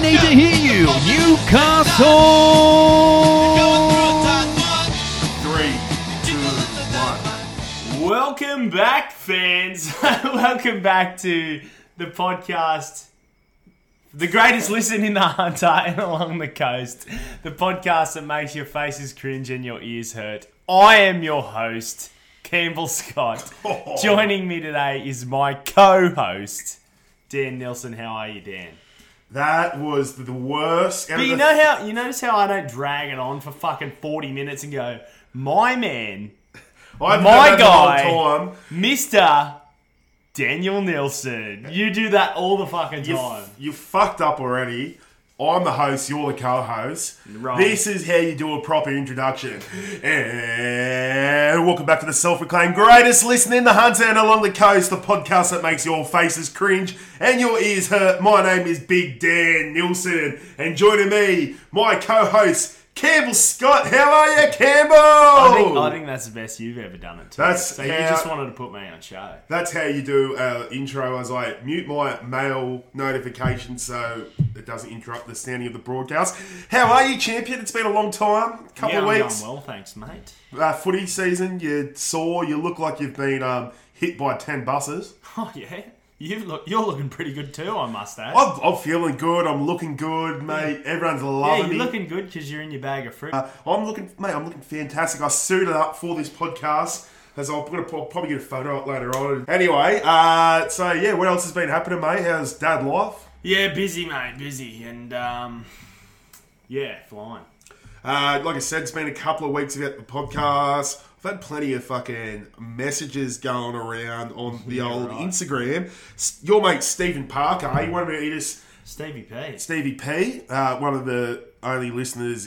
need to hear you. Newcastle! Three, two, one. Welcome back, fans. Welcome back to the podcast. The greatest listen in the hunter and along the coast. The podcast that makes your faces cringe and your ears hurt. I am your host, Campbell Scott. Joining me today is my co-host, Dan Nelson. How are you, Dan? That was the worst. out But of you the- know how you notice how I don't drag it on for fucking forty minutes and go, my man, I've my done that the guy- whole time. Mister Daniel Nielsen. You do that all the fucking You, time. you fucked up already. I'm the host. You're the co-host. Right. This is how you do a proper introduction. And welcome back to the self-proclaimed greatest listen in the hunter and along the coast, the podcast that makes your faces cringe and your ears hurt. My name is Big Dan Nilsson, and joining me, my co-host Campbell Scott. How are you, Campbell? I think, I think that's the best you've ever done it. To Oh. That's so you how- just wanted to put me on show. That's how you do uh, intro. As I mute my mail notification so it doesn't interrupt the sounding of the broadcast. How are you, champion? It's been a long time, couple Yeah, of I'm weeks. doing well, thanks, mate. Uh, footy season. You sore. You look like you've been um, hit by ten buses. Oh yeah, you look, you're looking pretty good too. I must add. I'm, I'm feeling good. I'm looking good, mate. Everyone's yeah, loving you're me. looking good because you're in your bag of fruit. Uh, I'm looking, mate. I'm looking fantastic. I suited up for this podcast. As I'm gonna pro- probably get a photo up later on. Anyway, uh, so yeah, what else has been happening, mate? How's dad life? yeah, busy, mate, busy, and um, yeah, flying. Uh, like I said, it's been a couple of weeks about the podcast. I've had plenty of fucking messages going around on the old right. Instagram. S- Your mate Stephen Parker, he wanted me to eat us Stevie P. Stevie P, uh, one of the only listeners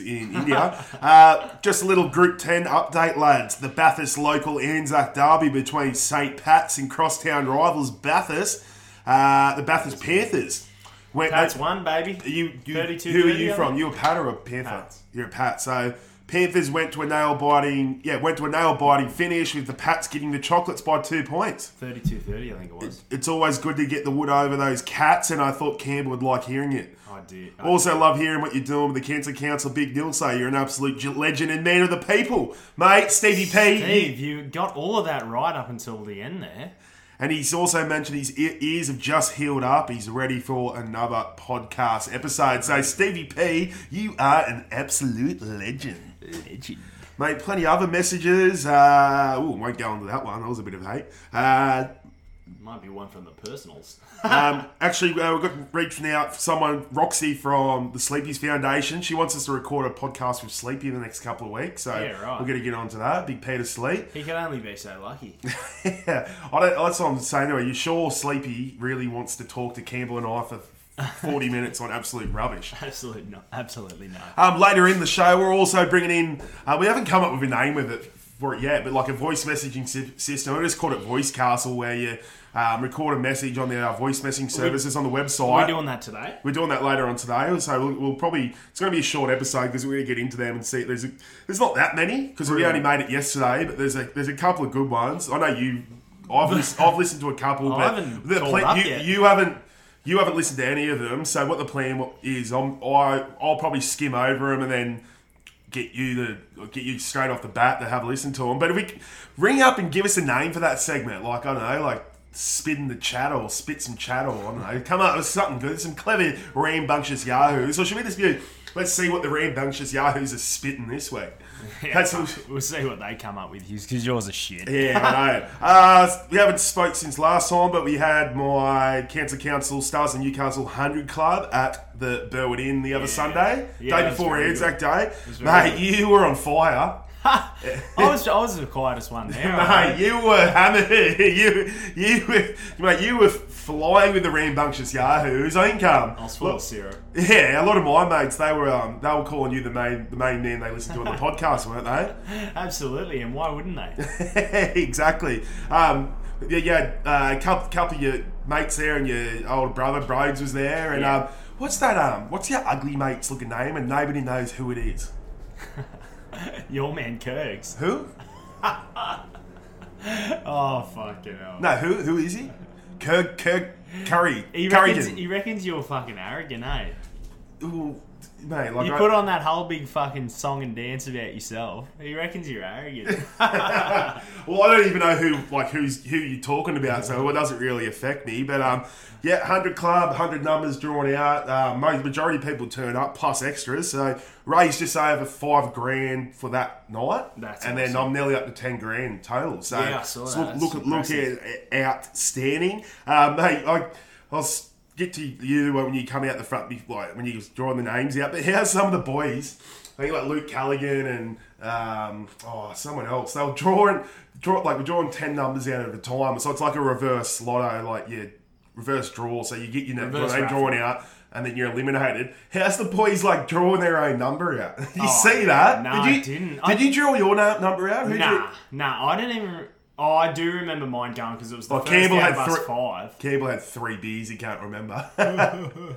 in India. uh, just a little Group 10 update, lads. The Bathurst local Anzac derby between St. Pat's and crosstown rivals Bathurst, uh, the Bathurst Panthers. Went, That's one, baby. you, you 32, who are 30, you I from? think. You a Pat or a Panther? Pat. You're a Pat. So Panthers went to a nail biting, yeah, went to a nail biting finish with the Pats getting the chocolates by two points. 32-30, I think it was. It's always good to get the wood over those cats, and I thought Campbell would like hearing it. I did. I- Also, love hearing what you're doing with the Cancer Council. Big deal, say you're an absolute g- legend and man of the people, mate. Stevie P, Steve, you got all of that right up until the end there. And he's also mentioned his e- ears have just healed up. He's ready for another podcast episode. So, Stevie P, you are an absolute legend. Legend. Mate, plenty other messages. Uh, ooh, won't go into that one. That was a bit of hate. Uh, Might be one from the personals. um, actually, uh, we've got reach now for someone, Roxy from the Sleepies Foundation. She wants us to record a podcast with Sleepy in the next couple of weeks. So, Yeah, right. we're going to get onto that. Big Peter Sleep. He can only be so lucky. Yeah, I don't, that's what I'm saying. Though, Are you sure Sleepy really wants to talk to Campbell and I for 40 minutes on absolute rubbish? Absolutely not. Absolutely not. Um, later in the show, we're also bringing in. Uh, we haven't come up with a name with it for it yet, but like a voice messaging sy- system. I just called it Voice Castle, where you um, record a message on the uh, voice messaging services on the We're website. doing that today. We're doing that later on today, so we'll, we'll probably it's going to be a short episode because we're going to get into them and see. There's a, there's not that many because we only made it yesterday, but there's a there's a couple of good ones. I know you, I've lis- I've listened to a couple, I but haven't the caught plan- up you, yet. you haven't you haven't listened to any of them. So what the plan is, I'm, I I'll probably skim over them and then get you the get you straight off the bat to have a listen to them. But if we c- ring up and give us a name for that segment, like I don't know, like spitting the chat or spit some chat or I don't know, come up with something good, some clever rambunctious yahoos. Or should we just be? Let's see what the rambunctious yahoos are spitting this week. That's all. We'll see what they come up with, Hughes, because yours are shit. Yeah, I know. Uh, we haven't spoke since last time, but we had my Cancer Council Stars and Newcastle 100 Club at the Burwood Inn the other Sunday, Yeah, day that's before very Anzac Day. very Mate, you were on fire. I was, I was the quietest one there. I Mate, you were hammered. You, you, were, mate, you were flying with the rambunctious yahoos. I think, um, was full of syrup. yeah, a lot of my mates they were, um, they were calling you the main, the main man they listened to on the podcast, weren't they? Absolutely, and why wouldn't they? exactly. Um, yeah, yeah. Uh, a couple, couple of your mates there, and your old brother Broads was there, and Yeah. um, what's that? Um, what's your ugly mate's looking name? And nobody knows who it is. Your man Kirks. Who? Oh, fucking hell. No, who? Who is he? Kirk, Kirk, Curry, He reckons, Currigan. he reckons you're fucking arrogant, eh? ooh, mate, like You I, put on that whole big fucking song and dance about yourself. He reckons you're arrogant. Well, I don't even know who like who's who you're talking about, so it doesn't really affect me. But um, yeah, hundred club, hundred numbers drawn out. Uh, most majority of people turn up plus extras. So raised just over five grand for that night, That's and then awesome. I'm nearly up to ten grand total. So Yeah, I saw it's that. That's Look, look, look impressive. at outstanding, um, mate. I, I'll s- get to you when you come out the front, be- like when you was drawing the names out. But how's some of the boys? I think like Luke Callaghan and um, oh someone else. They were drawing, draw like we're drawing ten numbers out at a time, so it's like a reverse lotto, like yeah, reverse draw. So you get your name Reverse name raffle. drawn out. And then you're eliminated. How's the boys like drawing their own number out? Did you Oh, see that? no, did you, I didn't. Did I- you draw your na- number out? Who drew- nah, nah. I don't even. Oh, I do remember mine going because it was the Oh, first Campbell out had of us three- five. Campbell had three beers. He can't remember. I've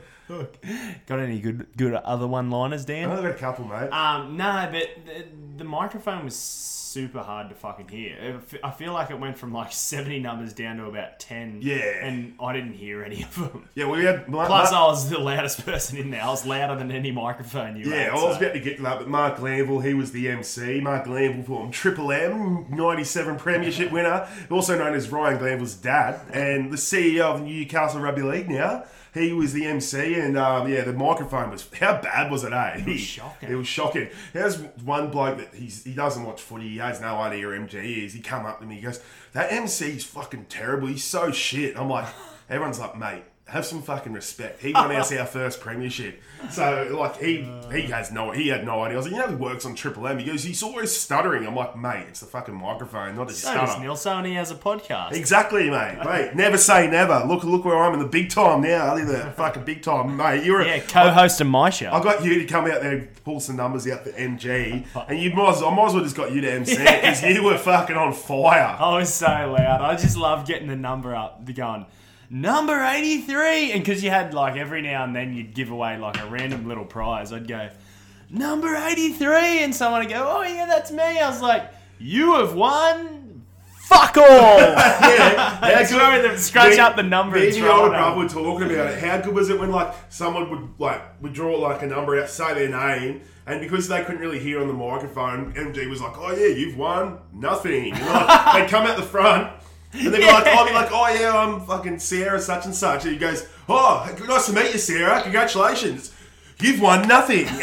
Got any good good other one liners, Dan? got a couple, mate. Um, no, but the, the microphone was super hard to fucking hear. It f- I feel like it went from like 70 numbers down to about 10. Yeah. And I didn't hear any of them. Yeah, we had Mar- Plus, Mar- I was the loudest person in there. I was louder than any microphone you yeah, had. I was so- about to get to that, but Mark Glanville, he was the MC. Mark Glanville formed Triple M, 97 Premiership winner, also known as Ryan Glanville's dad, and the CEO of Newcastle Rugby League now. He was the MC, and um, yeah, the microphone was. How bad was it, eh? It was shocking. It was shocking. There's one bloke that he's, he doesn't watch footy, he has no idea who MG is. He come up to me, he goes, That MC's fucking terrible, he's so shit. I'm like, Everyone's like, mate, have some fucking respect. He won us our first premiership. So like he he has no he had no idea. I was like, you know he works on Triple M. He goes, he's always stuttering. I'm like, mate, it's the fucking microphone, not his So does stutter. Neil Sony has a podcast. Exactly, mate. Mate, never say never. Look, look where I'm in the big time now. I live the fucking big time, mate. You're a Yeah, co-host of my show. I got you to come out there and pull some numbers out for MG, and you might as, I might as well just got you to MC because you were fucking on fire. I was so loud. I just love getting the number up, the going, number 83. And because you had like every now and then you'd give away like a random little prize, I'd go, number 83. And someone would go, oh yeah, that's me. I was like, you have won. Fuck all. yeah, That's how where good- they scratch me- out the number Me and and throw your older it out. brother were talking about it. How good was it when like someone would like would draw like a number out, say their name, and because they couldn't really hear on the microphone, MG was like, "Oh yeah, you've won nothing." And, like, they come out the front. And they'd be like, I'll be like, oh yeah, I'm fucking Sarah such and such. And he goes, oh, nice to meet you, Sarah. Congratulations. You've won nothing. and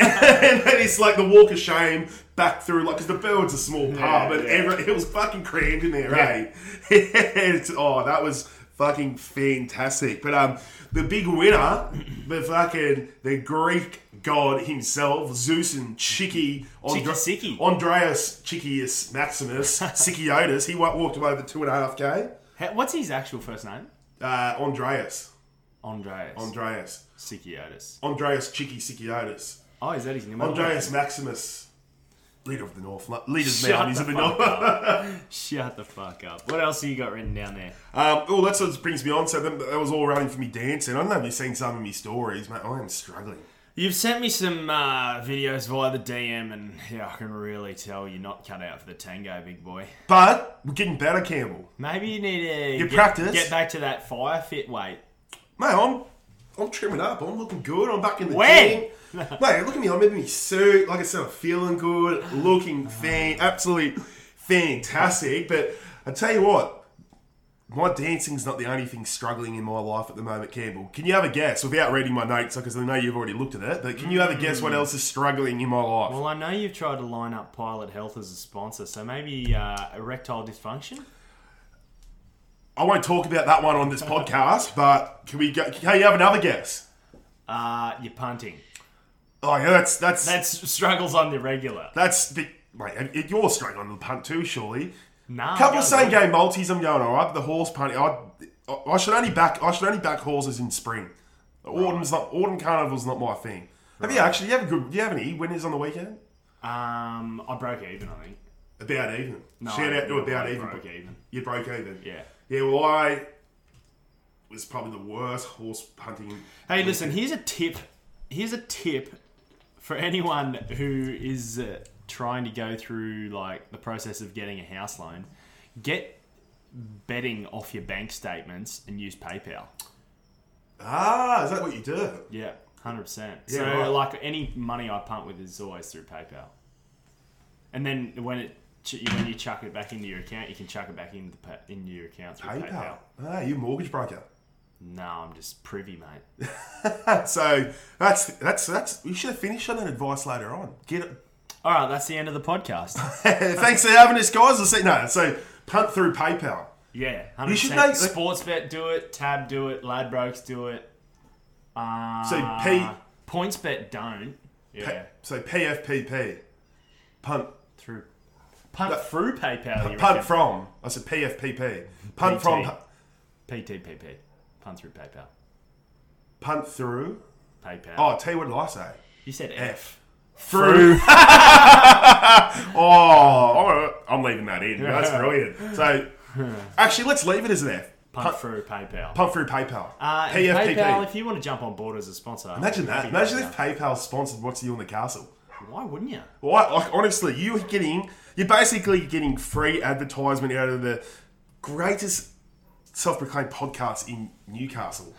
then it's like the walk of shame back through, like, because the Bird's a small pub and yeah. every, it was fucking crammed in there, right? It's- oh, that was fucking fantastic. But um, the big winner, the fucking, the Greek god himself, Zeus and Chicky, Andra- Chikisiki. Andreas Chikius Maximus, Sikiotis, he wa- walked away with two and a half K. Hey, What's his actual first name? Uh, Andreas. Andreas. Andreas. Sikiotis. Andreas Chicky Sikiotis. Oh, is that his name? Andreas Maximus. Leader of the North. Lo- Leader's Shut Mountains the of the fuck North. up. Shut the fuck up. What else have you got written down there? Um, oh, that's what brings me on. So that, that was all running for me dancing. I don't know if you've seen some of my stories, mate. I am struggling. You've sent me some uh, videos via the DM, and yeah, I can really tell you're not cut out for the tango, big boy. But we're getting better, Campbell. Maybe you need to You practice. Get back to that fire fit weight. Mate, I'm I'm trimming up. I'm looking good. I'm back in the When? gym. Mate, look at me. I'm in my suit. Like I said, I'm feeling good, looking fan, absolute fantastic. But I tell you what, my dancing's not the only thing struggling in my life at the moment, Campbell. Can you have a guess without reading my notes? Because I know you've already looked at it. But can you have a guess what else is struggling in my life? Well, I know you've tried to line up Pilot Health as a sponsor, so maybe uh, erectile dysfunction. I won't talk about that one on this podcast. But can we go? Can you have another guess? Uh, you're punting. Oh yeah, that's that's that's, That's struggles on the regular. that's the, mate. You're struggling with the punt too, surely. Nah. couple no, of same no. game multis. I'm going all right. The horse punt. I, I should only back. I should only back horses in spring. Autumn's not. Autumn carnival's not my thing. Have you actually? You have a good. You have any winners on the weekend? Um, I broke even, I think. About even. No, Shout I- out to about I even. Broke even. You broke even. Yeah. Yeah. Well, I was probably the worst horse punting. Hey, listen, here's a tip. Here's a tip for anyone who is uh, trying to go through like the process of getting a house loan. Get betting off your bank statements and use PayPal. Ah, is that what you do? Yeah. Hundred percent. Yeah, So right. like any money I punt with is always through PayPal, and then when it ch- when you chuck it back into your account, you can chuck it back into pa- into your account through PayPal. PayPal. Ah, you mortgage broker. No, I'm just privy, mate. So that's that's that's. We should have finished on that advice later on. Get it. All right, that's the end of the podcast. Thanks for having us, guys. We'll see. No, so punt through PayPal. Yeah, 100%. You should make- sports bet do it, tab do it, Ladbrokes do it. Uh, So P, points bet don't. Yeah, so PFPP, punt through punt through PayPal. You punt punt from. I said PFPP, punt PT. from, PTPP. Punt through PayPal. punt through. PayPal. Oh, T, what did I say? you said F. F. Through. oh, all right, Oh, I'm leaving that in. That's brilliant. So, actually, let's leave it as an F. Punt, Punt, through PayPal. punt through PayPal. uh, and PFPP. PayPal, if you want to jump on board as a sponsor, Imagine I'd that. be Imagine happy if PayPal sponsored What's You on the Castle. about that. Why wouldn't you? Why? Like honestly, you're getting you're basically getting free advertisement out of the greatest self-proclaimed podcast in Newcastle.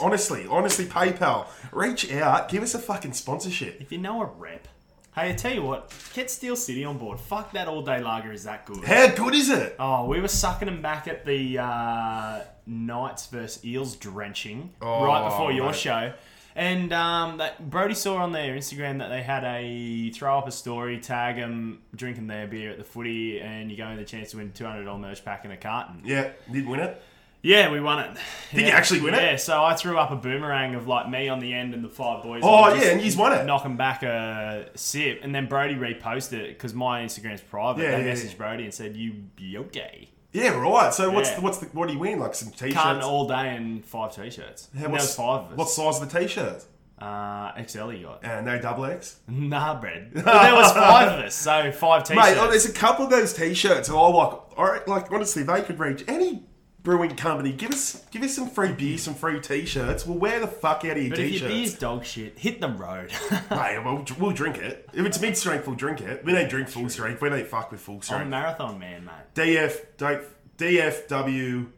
honestly, honestly, PayPal, reach out, give us a fucking sponsorship. If you know a rep. Hey, I tell you what, get Steel City on board. Fuck that all day lager is that good. How good is it? Oh, we were sucking them back at the uh, Knights versus Eels drenching Oh, right before your mate. show. And um, that Brody saw on their Instagram that they had a throw up a story, tag them drinking their beer at the footy, and you go in the chance to win two hundred dollars merch pack and a carton. Yeah, did win it. Yeah, we won it. Did you Yeah. actually win it? Yeah, so I threw up a boomerang of like me on the end and the five boys. Oh, and just yeah, and he's won it. Knocking back a sip, and then Brody reposted it because my Instagram's private. Yeah, they yeah, messaged yeah. Brody and said, "You be okay." Yeah, right. So what's Yeah. the, what's the, what do you win? Like some t-shirts. Carton all day and five t-shirts. How- and there was what's- five of us. What size of the t-shirt? uh, XL you got? And no double X. Nah, bread. But there was five of us, so five t-shirts. Mate, oh, there's a couple of those t-shirts. that I like, all right, like honestly, they could reach any brewing company. Give us, give us some free beer, some free t-shirts. We'll wear the fuck out of your but if t-shirts. your beer's dog shit, hit the road. Mate, we'll, we'll drink it. If it's mid-strength, we'll drink it. We don't drink full strength. We don't fuck with full I'm a strength. marathon man, mate. DF, don't, DFW,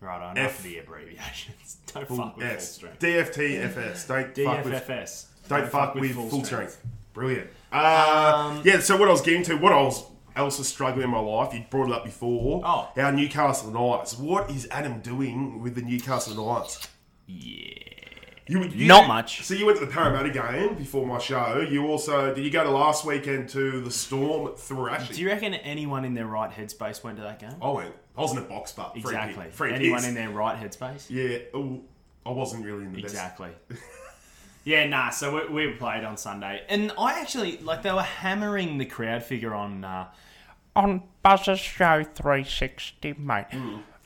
Right, I know F- the abbreviations. Don't fuck with full S, strength. DFTFS. Don't fuck with DFFS. Don't fuck, with, full, strength. Brillight. Uh, Um, yeah, so what I was getting to, what I was else was struggling in my life, you brought it up before. Oh. Our Newcastle Knights. What is Adam doing with the Newcastle Knights? You, you, Not much. So you went to the Parramatta game before my show. You also did you go to last weekend to the Storm Do Thrashing? you reckon anyone in their right headspace went to that game? I went. I was in a box bar. Free exactly. Pick, free anyone picks. in their right headspace? Yeah. oh, I wasn't really in the best. Exactly. yeah, nah. So we, we played on Sunday, and I actually like they were hammering the crowd figure on. Uh, on Buzzer's Show 360, mate.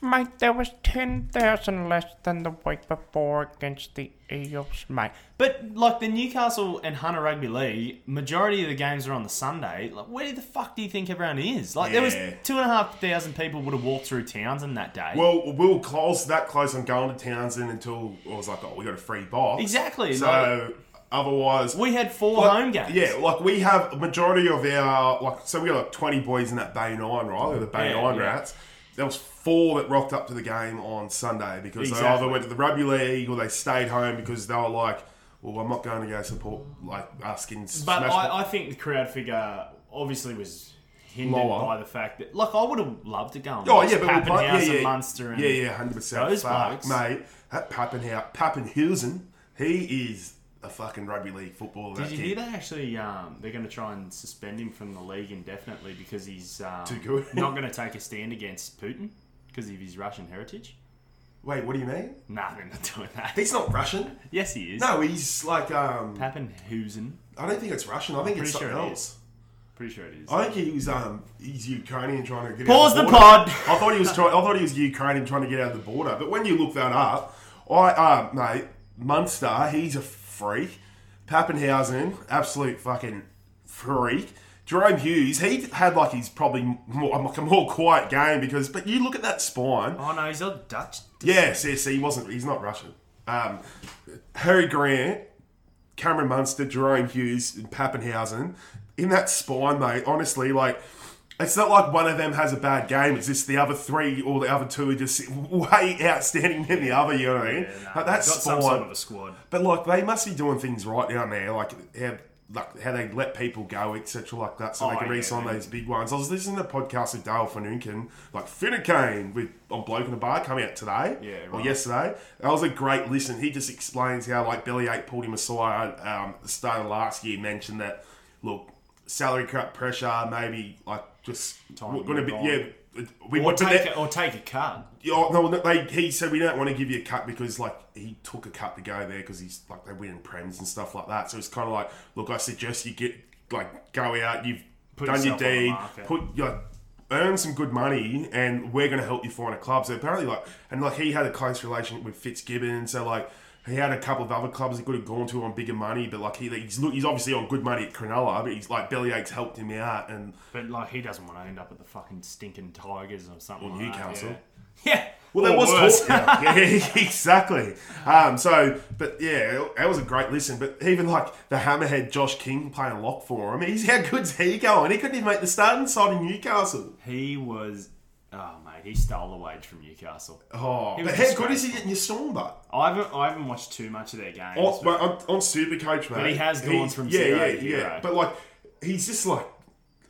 Mate, there was 10,000 less than the week before against the Eels, mate. but like the Newcastle and Hunter Rugby League, majority of the games are on the Sunday. Like, where the fuck do you think everyone is? Like, there was Yeah. two and a half thousand people would have walked through Townsend that day. Well, we were close that close on going to Townsend until I was like, oh, we got a free box. Exactly, So otherwise, we had four like, home games. Yeah, like we have a majority of our like, so we got like twenty boys in that Bay Nine, right? They're the Bay Yeah, Nine yeah. Rats. There was four that rocked up to the game on Sunday because they Exactly. either went to the rugby league or they stayed home because they were like, well, I'm not going to go support like asking. But I, I think the crowd figure obviously was hindered Lower. by the fact that, like, I would have loved to go and Oh watch yeah, but we'll play- Pappenhausen, yeah, yeah, Munster, and yeah, yeah, hundred percent. those Fuck, blokes. mate. That Pappenhau- Pappenhausen, he is a fucking rugby league footballer. Did that you kid. hear that? Actually, um, they're going to try and suspend him from the league indefinitely because he's um, Too good. not going to take a stand against Putin because of his Russian heritage. Wait, what do you mean? Nah, they're not doing that. He's not Russian. Yes, he is. No, he's like um. Pappenhausen. I don't think it's Russian. I think it's Pretty something sure it else. Pretty sure it is. I think he was um. He's Ukrainian trying to get. Pause out the of pod. I thought he was trying. I thought he was Ukrainian trying to get out of the border. But when you look that up, I uh mate Munster, he's a freak. Pappenhausen, absolute fucking freak. Jerome Hughes, he had like his probably more like a more quiet game because. But you look at that spine. Oh no, he's not Dutch. Yes, yes, he wasn't. He's not Russian. Um, Harry Grant, Cameron Munster, Jerome Hughes, and Pappenhausen in that spine, mate. Honestly, like It's not like one of them has a bad game. It's just the other three or the other two are just way outstanding than the other. You know what I mean? nah, Like, that they've got some sort sport. of a squad. But like they must be doing things right down there, like how like how they let people go, etc., like that, so they Oh, can yeah, re-sign yeah. those big ones. I was listening to a podcast with Dale Finucane, like Finucane with on Bloke in a Bar coming out today, Yeah, or right. yesterday. That was a great listen. He just explains how like Billy Eight pulled him aside um, at the start of last year, mentioned that look salary cap pressure, maybe like just Time we're gonna to be move on. yeah. We Or want to take, a, or take a cut. yeah, oh, no, no, they, he said we don't want to give you a cut because like he took a cut to go there because he's like they win in prems and stuff like that. So it's kind of like, look, I suggest you get like go out, you've Put done your yourself on the deed, market. put your earn some good money, and we're going to help you find a club. So apparently, like, and like he had a close relationship with Fitzgibbon, so like. He had a couple of other clubs he could have gone to on bigger money, but like he, he's look, he's obviously on good money at Cronulla, but he's like bellyache's helped him out, and But like he doesn't want to end up at the fucking stinking Tigers or something. like that, Newcastle. yeah. yeah. Well, there Or was worse. talk. Yeah, yeah, exactly. Um, so, but yeah, that was a great listen. But even like the hammerhead Josh King playing lock for him, he's how good's he going? He couldn't even make the starting side in Newcastle. He was. Oh mate, he stole the wage from Newcastle. Oh, He was but how good is disgraceful. he getting your storm, but? I haven't. I haven't watched too much of their games. but- On, but on, on Supercoach, mate. he has gone he's- from yeah, zero yeah, to yeah. hero. But like, he's just like,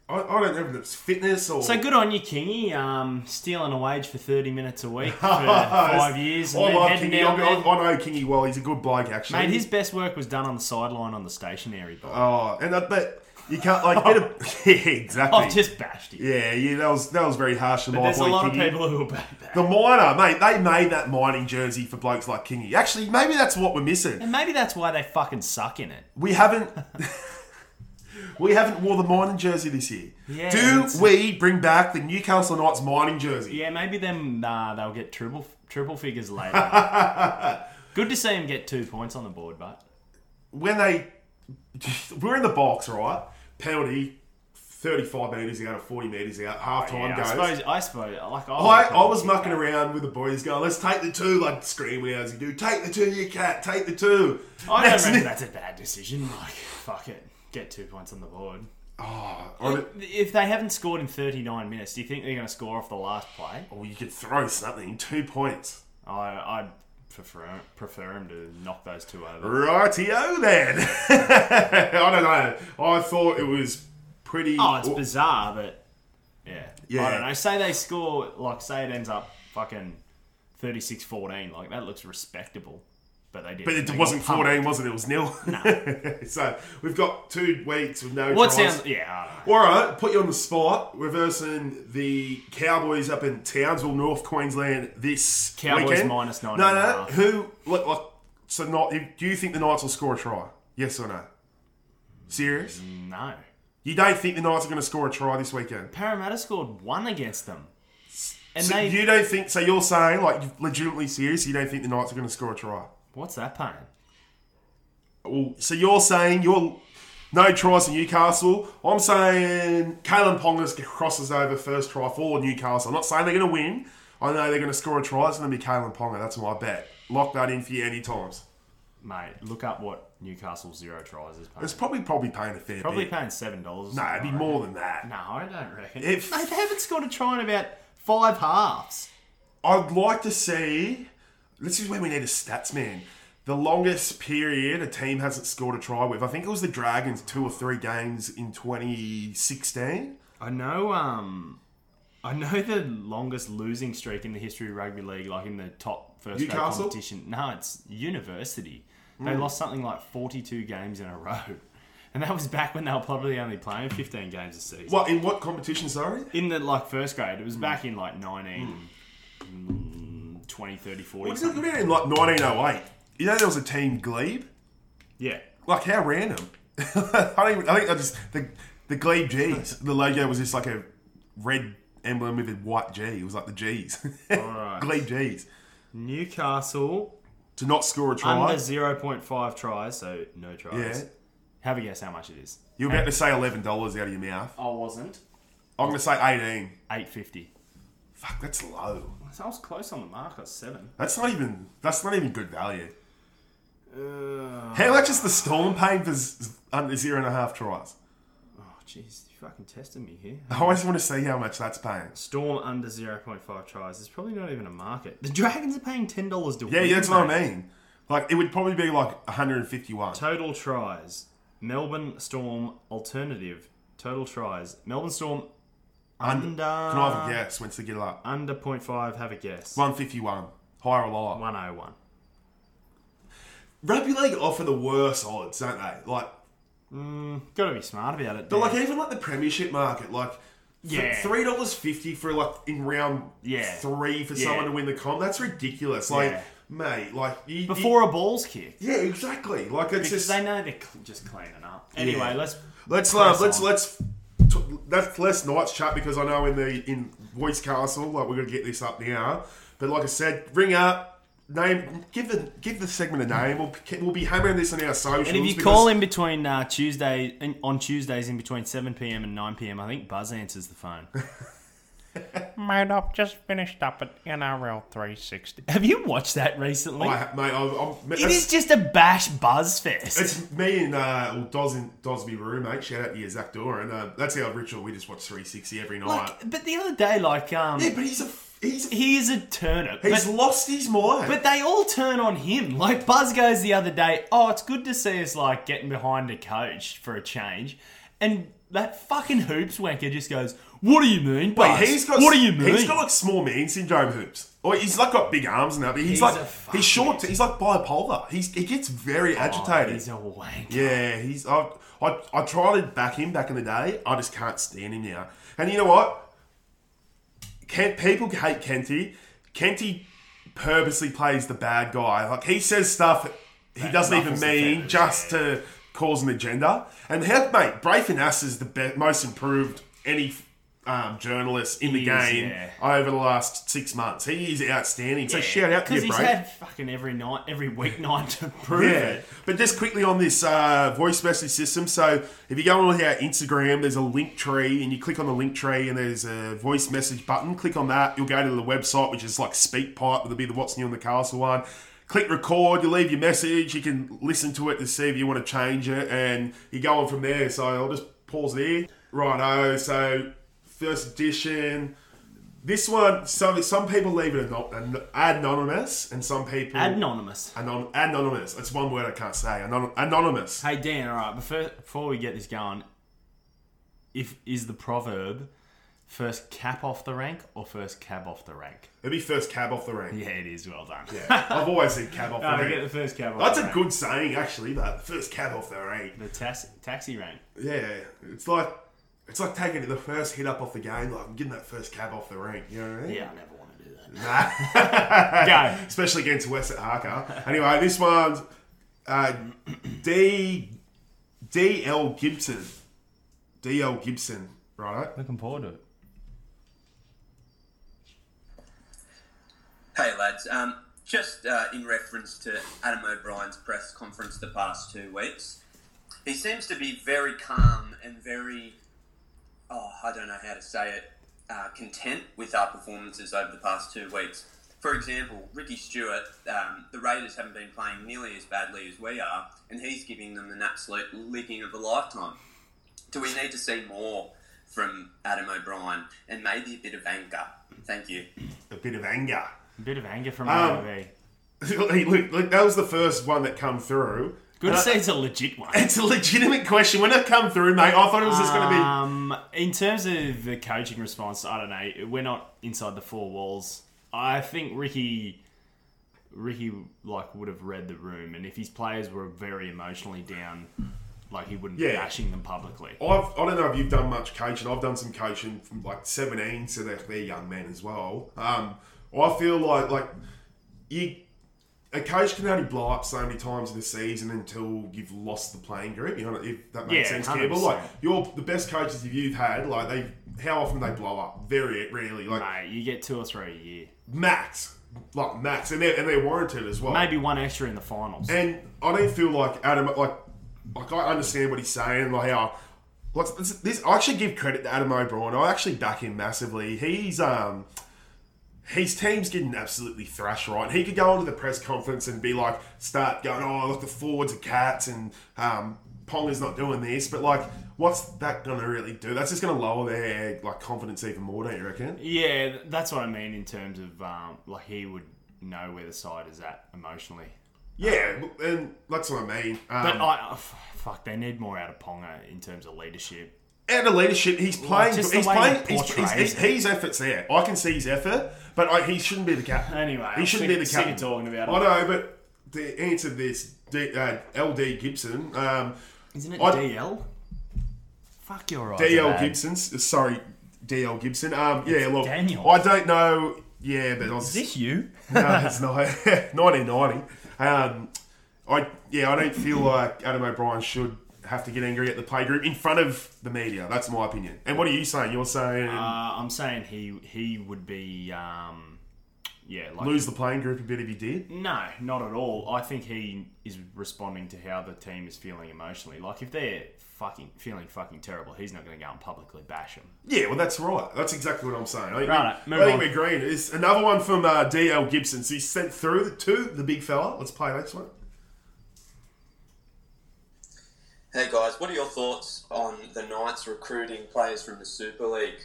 I, I don't know if it's fitness or. so good on you, Kingy. Um, stealing a wage for thirty minutes a week for five years. And I then love heading Kingy. I, down I, there. I know Kingy well. He's a good bloke, actually. Mate, his best work was done on the sideline on the stationary bar. oh, and I bet you can't like get a. yeah, exactly. I've just bashed him. Yeah, yeah, that was that was very harsh. on my There's a boy lot of Kingy. people who are back there. The miner, mate, they made that mining jersey for blokes like Kingy. Actually, maybe that's what we're missing. And maybe that's why they fucking suck in it. We haven't, we haven't wore the mining jersey this year. Yeah, Do it's- we bring back the Newcastle Knights mining jersey? Yeah, maybe them. Nah, they'll get triple triple figures later. Good to see him get two points on the board, but When they, we're in the box, right? Penalty, thirty-five meters out, or forty meters out. Half time yeah, I goes. suppose. I suppose. Like I, I, I was mucking around with the boys going, let's take the two, like screaming out as you do, take the two, you cat, take the two. I don't That's reckon it. that's a bad decision. Like, fuck it. Get two points on the board. On it- If they haven't scored in 39 minutes, do you think they're going to score off the last play? Well, Oh, you could throw something, two points. I, I'd prefer, prefer him to knock those two over. Rightio then. I don't know. I thought it was pretty. Oh, it's bizarre, but yeah. I Yeah. don't know. Say they score, like, say it ends up fucking 36 14. Like, that looks respectable. But they didn't. but They it got wasn't pumped. 14, was it? It was nil. so we've got two weeks with no What tries. sounds. Yeah, I don't know. All right, put you on the spot. Reversing the Cowboys up in Townsville, North Queensland this Cowboys weekend. minus nine No, and a no. half. Who? Look, look, so not. Do you think the Knights will score a try? Yes or no? Serious? No. You don't think the Knights are going to score a try this weekend? Parramatta scored one against them. And So they. you don't think? So you're saying, like, you're legitimately serious? You don't think the Knights are going to score a try? What's that pain? Well, so you're saying you're no tries in Newcastle. I'm saying Kalen Pongas crosses over first try for Newcastle. I'm not saying they're going to win. I know they're going to score a try. It's going to be Kalen Ponga. That's my bet. Lock that in for you any times. Mate, look up what Newcastle zero tries is paying. It's probably probably paying a fair Probably bit. paying seven dollars. no, it'd be more than that. No, I don't reckon. If- Mate, they haven't scored a try in about five halves. I'd like to see. This is where we need a stats man. The longest period a team hasn't scored a try with. I think it was the Dragons two or three games in 2016. I know. Um, I know the longest losing streak in the history of rugby league, like in the top first grade Newcastle? competition. No, it's university. They lost something like forty-two games in a row, and that was back when they were probably only playing fifteen games a season. What in what competition? Sorry. In the like first grade, it was back in like 19, mm, 20, 30, 40. What did it something. come out in like 1908? You know there was a team Glebe. Yeah. Like how random. I don't even. I think I just the the Glebe G's. The logo was just like a red emblem with a white G. It was like the G's. right. Glebe G's. Newcastle To not score a try. Under 0.5 tries, so no tries. Yeah. Have a guess how much it is. You're about to say eleven dollars out of your mouth. I wasn't. I'm gonna say eighteen. 850. Fuck, that's low. I was close on the mark. I was seven. That's not even. That's not even good value. Uh, How much is the Storm paying for z- under zero and um, a half tries? oh, jeez. you fucking testing me here. I always want to see how much that's paying. Storm under 0.5 tries. There's probably not even a market. The Dragons are paying $10 to Yeah, win. yeah, that's what mate. I mean. Like, it would probably be like 151. Total tries. Melbourne Storm alternative. Total tries. Melbourne Storm Un- under. Can I have a guess once they get it up? Under 0.5, have a guess. 151. Higher or lower? 101. Rugby league offer the worst odds, don't they? Like, Gotta be smart about it. there. but like even like the premiership market, like Yeah. three dollars fifty for like in round Yeah. three for Yeah. someone to win the comp. That's ridiculous. Like, Yeah. mate, like you, Before a ball's kicked. you- yeah, exactly. Like it's Because just they know they're cl- just cleaning up. Anyway, Yeah. let's. let's uh, press let's on. let's t- that's less nights chat because I know in the in Voice Castle, like we're gonna get this up now. But like I said, ring up. Name, give the give the segment a name. We'll, we'll be hammering this on our socials. And if you because- call in between uh, Tuesday in, on Tuesdays in between 7 p.m. and 9 p.m., I think Buzz answers the phone. Mate, I've just finished up at NRL 360. Have you watched that recently? I, ha- mate, I'm, I'm, it is just a bash buzz fest. It's me and uh, well, Dos and Dosby roommate. Shout out to you, Zach Doran. Uh, that's our ritual. We just watch 360 every night. Like, but the other day, like, um, yeah, but he's a he's he is a turnip. he's but, lost his mind. but they all turn on him. Like Buzz goes the other day. Oh, it's good to see us like getting behind a coach for a change, and that fucking hoops wanker just goes, "What do you mean, Buzz? Wait, he's got what do you mean?" He's got like small man syndrome hoops. Or he's like got big arms now, but he's, He's a like fuck he's short. man. He's like bipolar. He's he gets very Oh, agitated. he's a wanker. Yeah, he's. I, I, I tried to back him back in the day. I just can't stand him now. And you know what? Kent, people hate Kenty. Kenty purposely plays the bad guy. Like he says stuff he doesn't even ruffles the mean feathers, just to cause an agenda. And how, mate, Braithen is the be- most improved any. Um, journalist in the He is, game yeah. over the last six months. He is outstanding. So shout out to you, because he's Brait. had fucking every night, every weeknight to prove it. Yeah, but just quickly on this uh, voice message system. So if you go on our Instagram, there's a link tree, and you click on the link tree, and there's a voice message button. Click on that, you'll go to the website, which is like SpeakPipe. There'll be the What's New on the Castle one. Click record, you leave your message, you can listen to it to see if you want to change it, and you go on from there. So I'll just pause there. Righto, so first edition. This one, some some people leave it anon- anonymous, and some people Anonymous. Anon- anonymous. It's one word I can't say. Anon- anonymous. Hey Dan, all right. Before, before we get this going, if is the proverb first cap off the rank or first cab off the rank? It'd be first cab off the rank. Yeah, it is. Well done. I've always said cab off No, the we get the rank. first cab off. That's the a rank. good saying, actually. That first cab off the rank. The tas- taxi rank. Yeah, it's like it's like taking the first hit up off the game. Like I'm getting that first cab off the rank. You know what I mean? Yeah, I never want to do that. Go. Especially against West at Harker. Anyway, this one's uh, D D L Gibson. D L Gibson. Right. Looking forward to it. Hey lads, um, just uh, in reference to Adam O'Brien's press conference the past two weeks, he seems to be very calm and very, oh, I don't know how to say it, uh, content with our performances over the past two weeks. For example, Ricky Stewart, um, the Raiders haven't been playing nearly as badly as we are, and he's giving them an absolute licking of a lifetime. Do we need to see more from Adam O'Brien and maybe a bit of anger? Thank you. A bit of anger. A bit of anger from Um, um, me. Hey, look, look, that was the first one that come through. Good And to I- say it's a legit one. It's a legitimate question. When it come through, mate, I thought it was just going to Um, in terms of the coaching response, I don't know. We're not inside the four walls. I think Ricky, Ricky, like would have read the room, and if his players were very emotionally down, like he wouldn't be Yeah. bashing them publicly. be. I've, I don't know if you've done much coaching. I've done some coaching from like 17 to they're, they're young men as well. Um, I feel like like you a coach can only blow up so many times in a season until you've lost the playing grip. You know if that makes Yeah, sense, Campbell. Like 100%. you're the best coaches you've had. Like they, how often they blow up? Very rarely. Like Mate, you get two or three a year, max, like max, and they're and they're warranted as well. maybe one extra in the finals. And I don't feel like Adam, like, like I understand what he's saying, like how, like this, this. I actually give credit to Adam O'Brien. I actually back him massively. He's um, his team's getting absolutely thrashed right. He could go onto the press conference and be like, start going, oh, look, the forwards are cats and um, Pong is not doing this, but like, what's that gonna really do? That's just gonna lower their like confidence even more, don't you reckon? Yeah, that's what I mean in terms of um, like he would know where the side is at emotionally. Yeah, and that's what I mean. Um, But I, oh, f- fuck, they need more out of Ponga in terms of leadership. out of leadership, he's playing. just the he's way playing. he He's, he's, portrays he's, his efforts there. I can see his effort, but I, he shouldn't be the captain. Anyway, he I'm shouldn't sick- be the sick captain. of talking about I know, but the answer to this, D, uh, LD Gibson, um, Isn't it I- DL? Fuck your eyes. are DL bad. Gibson's. Sorry, DL Gibson. Um, yeah, look, Daniel. I don't know. Yeah, but I was, Is this you? Uh, no, it's not 1990. Um, I yeah, I don't feel like Adam O'Brien should have to get angry at the play group in front of the media. That's my opinion. And what are you saying? You're saying. Uh, I'm saying he he would be um, yeah like lose the playing group a bit if he did. No, not at all. I think he is responding to how the team is feeling emotionally. Like if they're fucking feeling fucking terrible, he's not going to go and publicly bash them. Yeah, well, that's right. That's exactly what I'm saying. I think, Right, we, move I think on. we're agreeing. It's another one from uh, DL Gibson. So he's sent through the, to the big fella. Let's play next one. Hey guys, what are your thoughts on the Knights recruiting players from the Super League?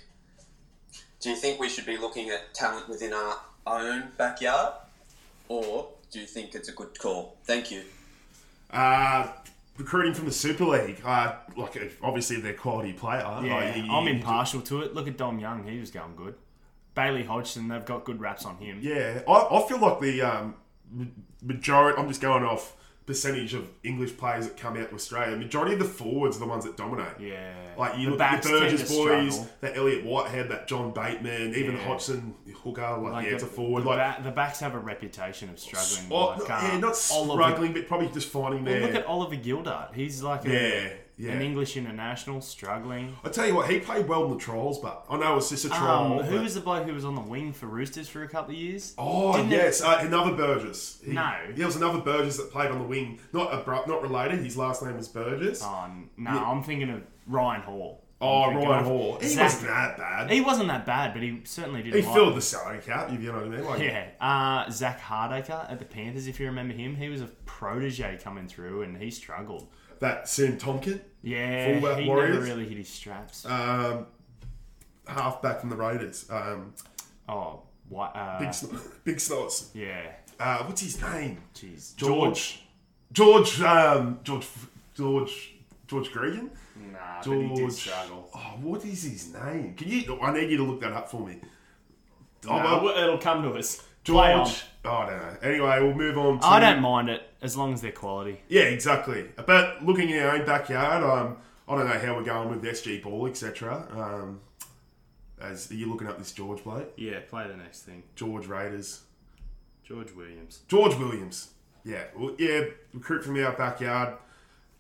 Do you think we should be looking at talent within our own backyard? Or do you think it's a good call? Thank you. Uh, recruiting from the Super League. Uh, like, if- obviously, they're quality player. Like, you- I'm you- impartial to it. Look at Dom Young; he was going good. Bailey Hodgson, they've got good raps on him. Yeah, I, I feel like the um, ma- majority. I'm just going off percentage of English players that come out to Australia. Majority of the forwards are the ones that dominate. Yeah. Like you The look at backs the tend to Burgess boys, struggle. that Elliot Whitehead, that John Bateman, even Yeah. Hodgson Hooker. Like, yeah, the, it's a forward. The, Like, ba- the backs have a reputation of struggling. oh, like, not, yeah, um, not Oliver- struggling, but probably just finding Well, their. Look at Oliver Gildart; he's like a, yeah, yeah. an English international struggling. I tell you what, he played well in the trials, but I know it was just a trial. Um, who but- was the bloke who was on the wing for Roosters for a couple of years? Oh Didn't it- yes, uh, another Burgess. He, No. there was another Burgess that played on the wing. Not abrupt, not related. His last name was Burgess. Oh, on. No, I'm thinking of Ryan Hall. I'm thinking Ryan of- Hall. He Exactly. wasn't that bad. He He, wasn't that bad, but he certainly didn't. like filled the salary cap. If you know what I mean. Like, Yeah, uh, Zach Hardacre at the Panthers, if you remember him, he was a protege coming through and he struggled. that Sam Tonkin, Yeah, Fullback he Warriors? never really hit his straps. um, halfback from the Raiders. Um, oh, what? Uh, big, sn big snorts. yeah, Uh, what's his name? jeez. George. George. Um, George. George. George Gregan. Nah, George. but he did struggle. Oh, what is his name? Can you? I need you to look that up for me. Oh, Nah, well, well, it'll come to us. Play on. George. Oh, I don't know. Anyway, we'll move on. To, I don't mind it as long as they're quality. Yeah, exactly. But looking in our own backyard, um, I don't know how we're going with SG ball, etc. Um, as are you looking up this George bloke? Yeah, play the next thing. George Raiders. George Williams. George Williams. Yeah, well, yeah. Recruit from our backyard.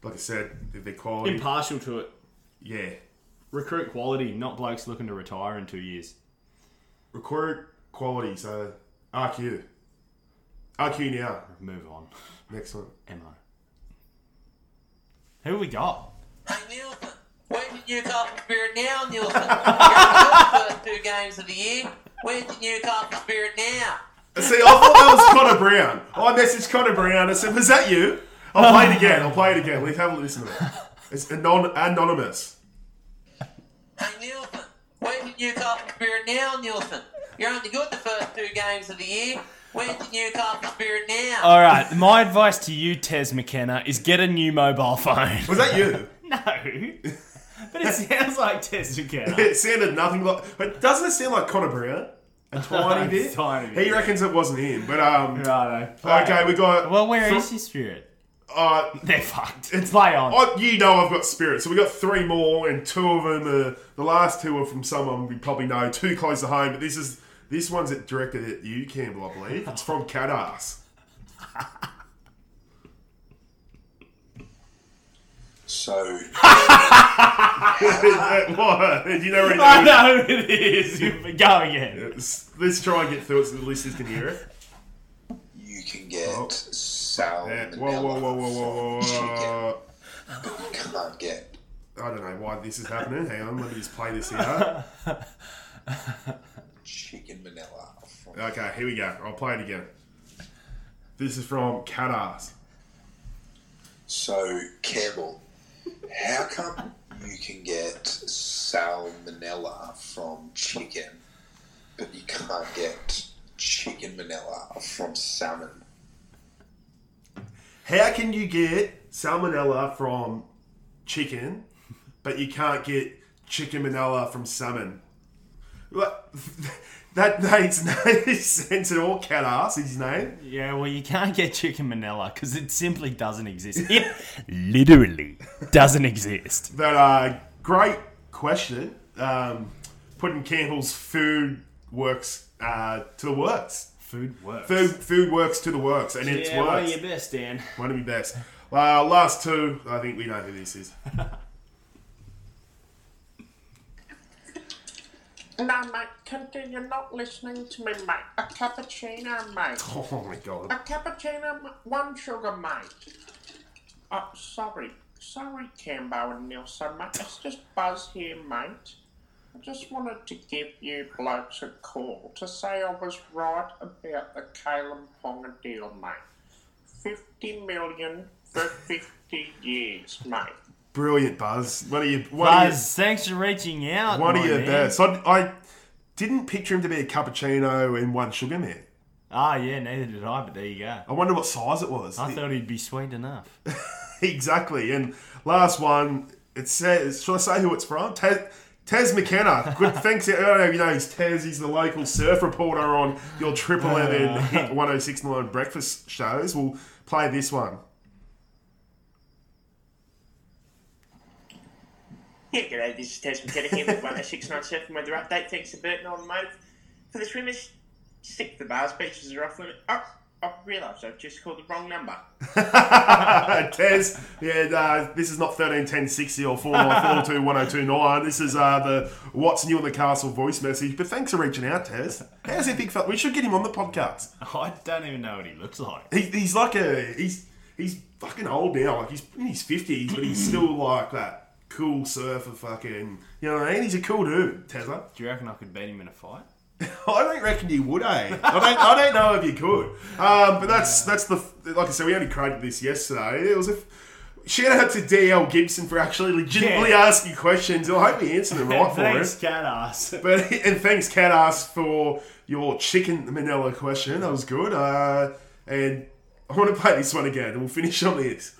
Like I said, if they're quality. Impartial to it. yeah. Recruit quality, not blokes looking to retire in two years. Recruit quality. So RQ. RQ now. Move on. Next one. Emma. Who we got? Hey Nielsen, where's the Newcastle spirit now, Nielsen? You're the first two games of the year. Where's the Newcastle spirit now? See, I thought that was Connor Brown. I messaged Connor Brown. I said, "Was that you?" I'll play it again. I'll play it again. Let's have a listen to it. It's anon- anonymous. Hey Nielsen, where's the Newcastle spirit now, Nielsen? You're only good the first two games of the year. Where's the Newcastle spirit now? All right, my advice to you, Tez McKenna, is get a new mobile phone. Was that you? no, but it sounds like Tez McKenna. It sounded nothing like. But doesn't it sound like Connor Brown? A tiny bit. Tiny bit, He yeah. reckons it wasn't him. But um. Righto. Okay, we got. Well, where th- is your spirit? Uh, They're fucked. It's- play on. I, Oh, you know I've got spirit, so we got three more, and two of them are the last two are from someone we probably know, too close to home. But this is this one's at, directed at you, Campbell, I believe. It's from Catass. So, what? You know already I know. know who it is. Go again. Let's let's try and get through it so the listeners can hear it. you can get Oh. Yeah. salmonella. Whoa, whoa, whoa, whoa, whoa, whoa, whoa. But you can't get I don't know why this is happening. Hang on, let me just play this out. chicken vanilla. Okay, here we go. I'll play it again. This is from Catass. So, Campbell, How come you can get salmonella from chicken, but you can't get chicken manella from salmon? How can you get salmonella from chicken, but you can't get chicken manella from salmon? Like, That mate's name sense at all. Cat ass, his name. Yeah, well, you can't get chicken manila because it simply doesn't exist. It Literally doesn't exist. But uh, great question. Um, putting Campbell's food works uh, to the works. food works. Food, food works to the works, and it's yeah, one of works. your best, Dan. One of your best. Uh, last two. I think we know who this is. No, mate, Kenty, you're not listening to me, mate. A cappuccino, mate. Oh my god. A cappuccino, m- one sugar, mate. Oh, sorry. Sorry, Cambo and Nilsson, mate. It's just Buzz here, mate. I just wanted to give you blokes a call to say I was right about the Kalen Ponga deal, mate. 50 million for 50 years, mate. Brilliant, Buzz. One of your one of your- Buzz, thanks for reaching out. One of my your man. best. I, I didn't picture him to be a cappuccino and one sugar man. Ah, yeah, neither did I, but there you go. I wonder what size it was. I thought he'd be sweet enough. exactly. And last one, it says, shall I say who it's from? Taz, Taz McKenna. Good thanks. I don't know if you know, he's Taz. He's the local surf reporter on your Triple M Uh. and Hit 106.9 breakfast shows. We'll play this one. Yeah, g'day, this is Taz McKenna here with 1069 from Weather Update. Thanks to Burton Automotive for the swimmers. Stick to the bars, beaches are off limit. Oh, I've realised I've just called the wrong number. Tez, yeah, uh, this is not 131060 or 49421029. This is uh, the What's New in the Castle voice message. But thanks for reaching out, Tez. How's he big fella? We should get him on the podcast. I don't even know what he looks like. He, he's like a. He's he's fucking old now. Like he's in his 50s, but he's still like that cool surfer fucking. You know what I mean? He's a cool dude, Tezza. Do you reckon I could beat him in a fight? I don't reckon you would, eh? I don't, I don't know if you could. Um, but that's that's the like I said, we only created this yesterday. It was a shout out to DL Gibson for actually legitimately Yeah. asking questions. I hope we answered them right for thanks, us. cat ass. But and thanks, Cat asked for your chicken manila question. That was good. Uh, and I want to play this one again, and we'll finish on this.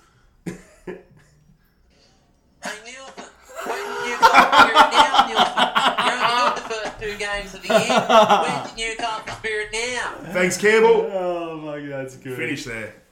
Hey, Nielsen, when did Newcastle Spirit now, Nielsen? You're only good the first two games of the year. Where's the Newcastle Spirit now? Thanks, Campbell. Oh my god, that's good. Finish there.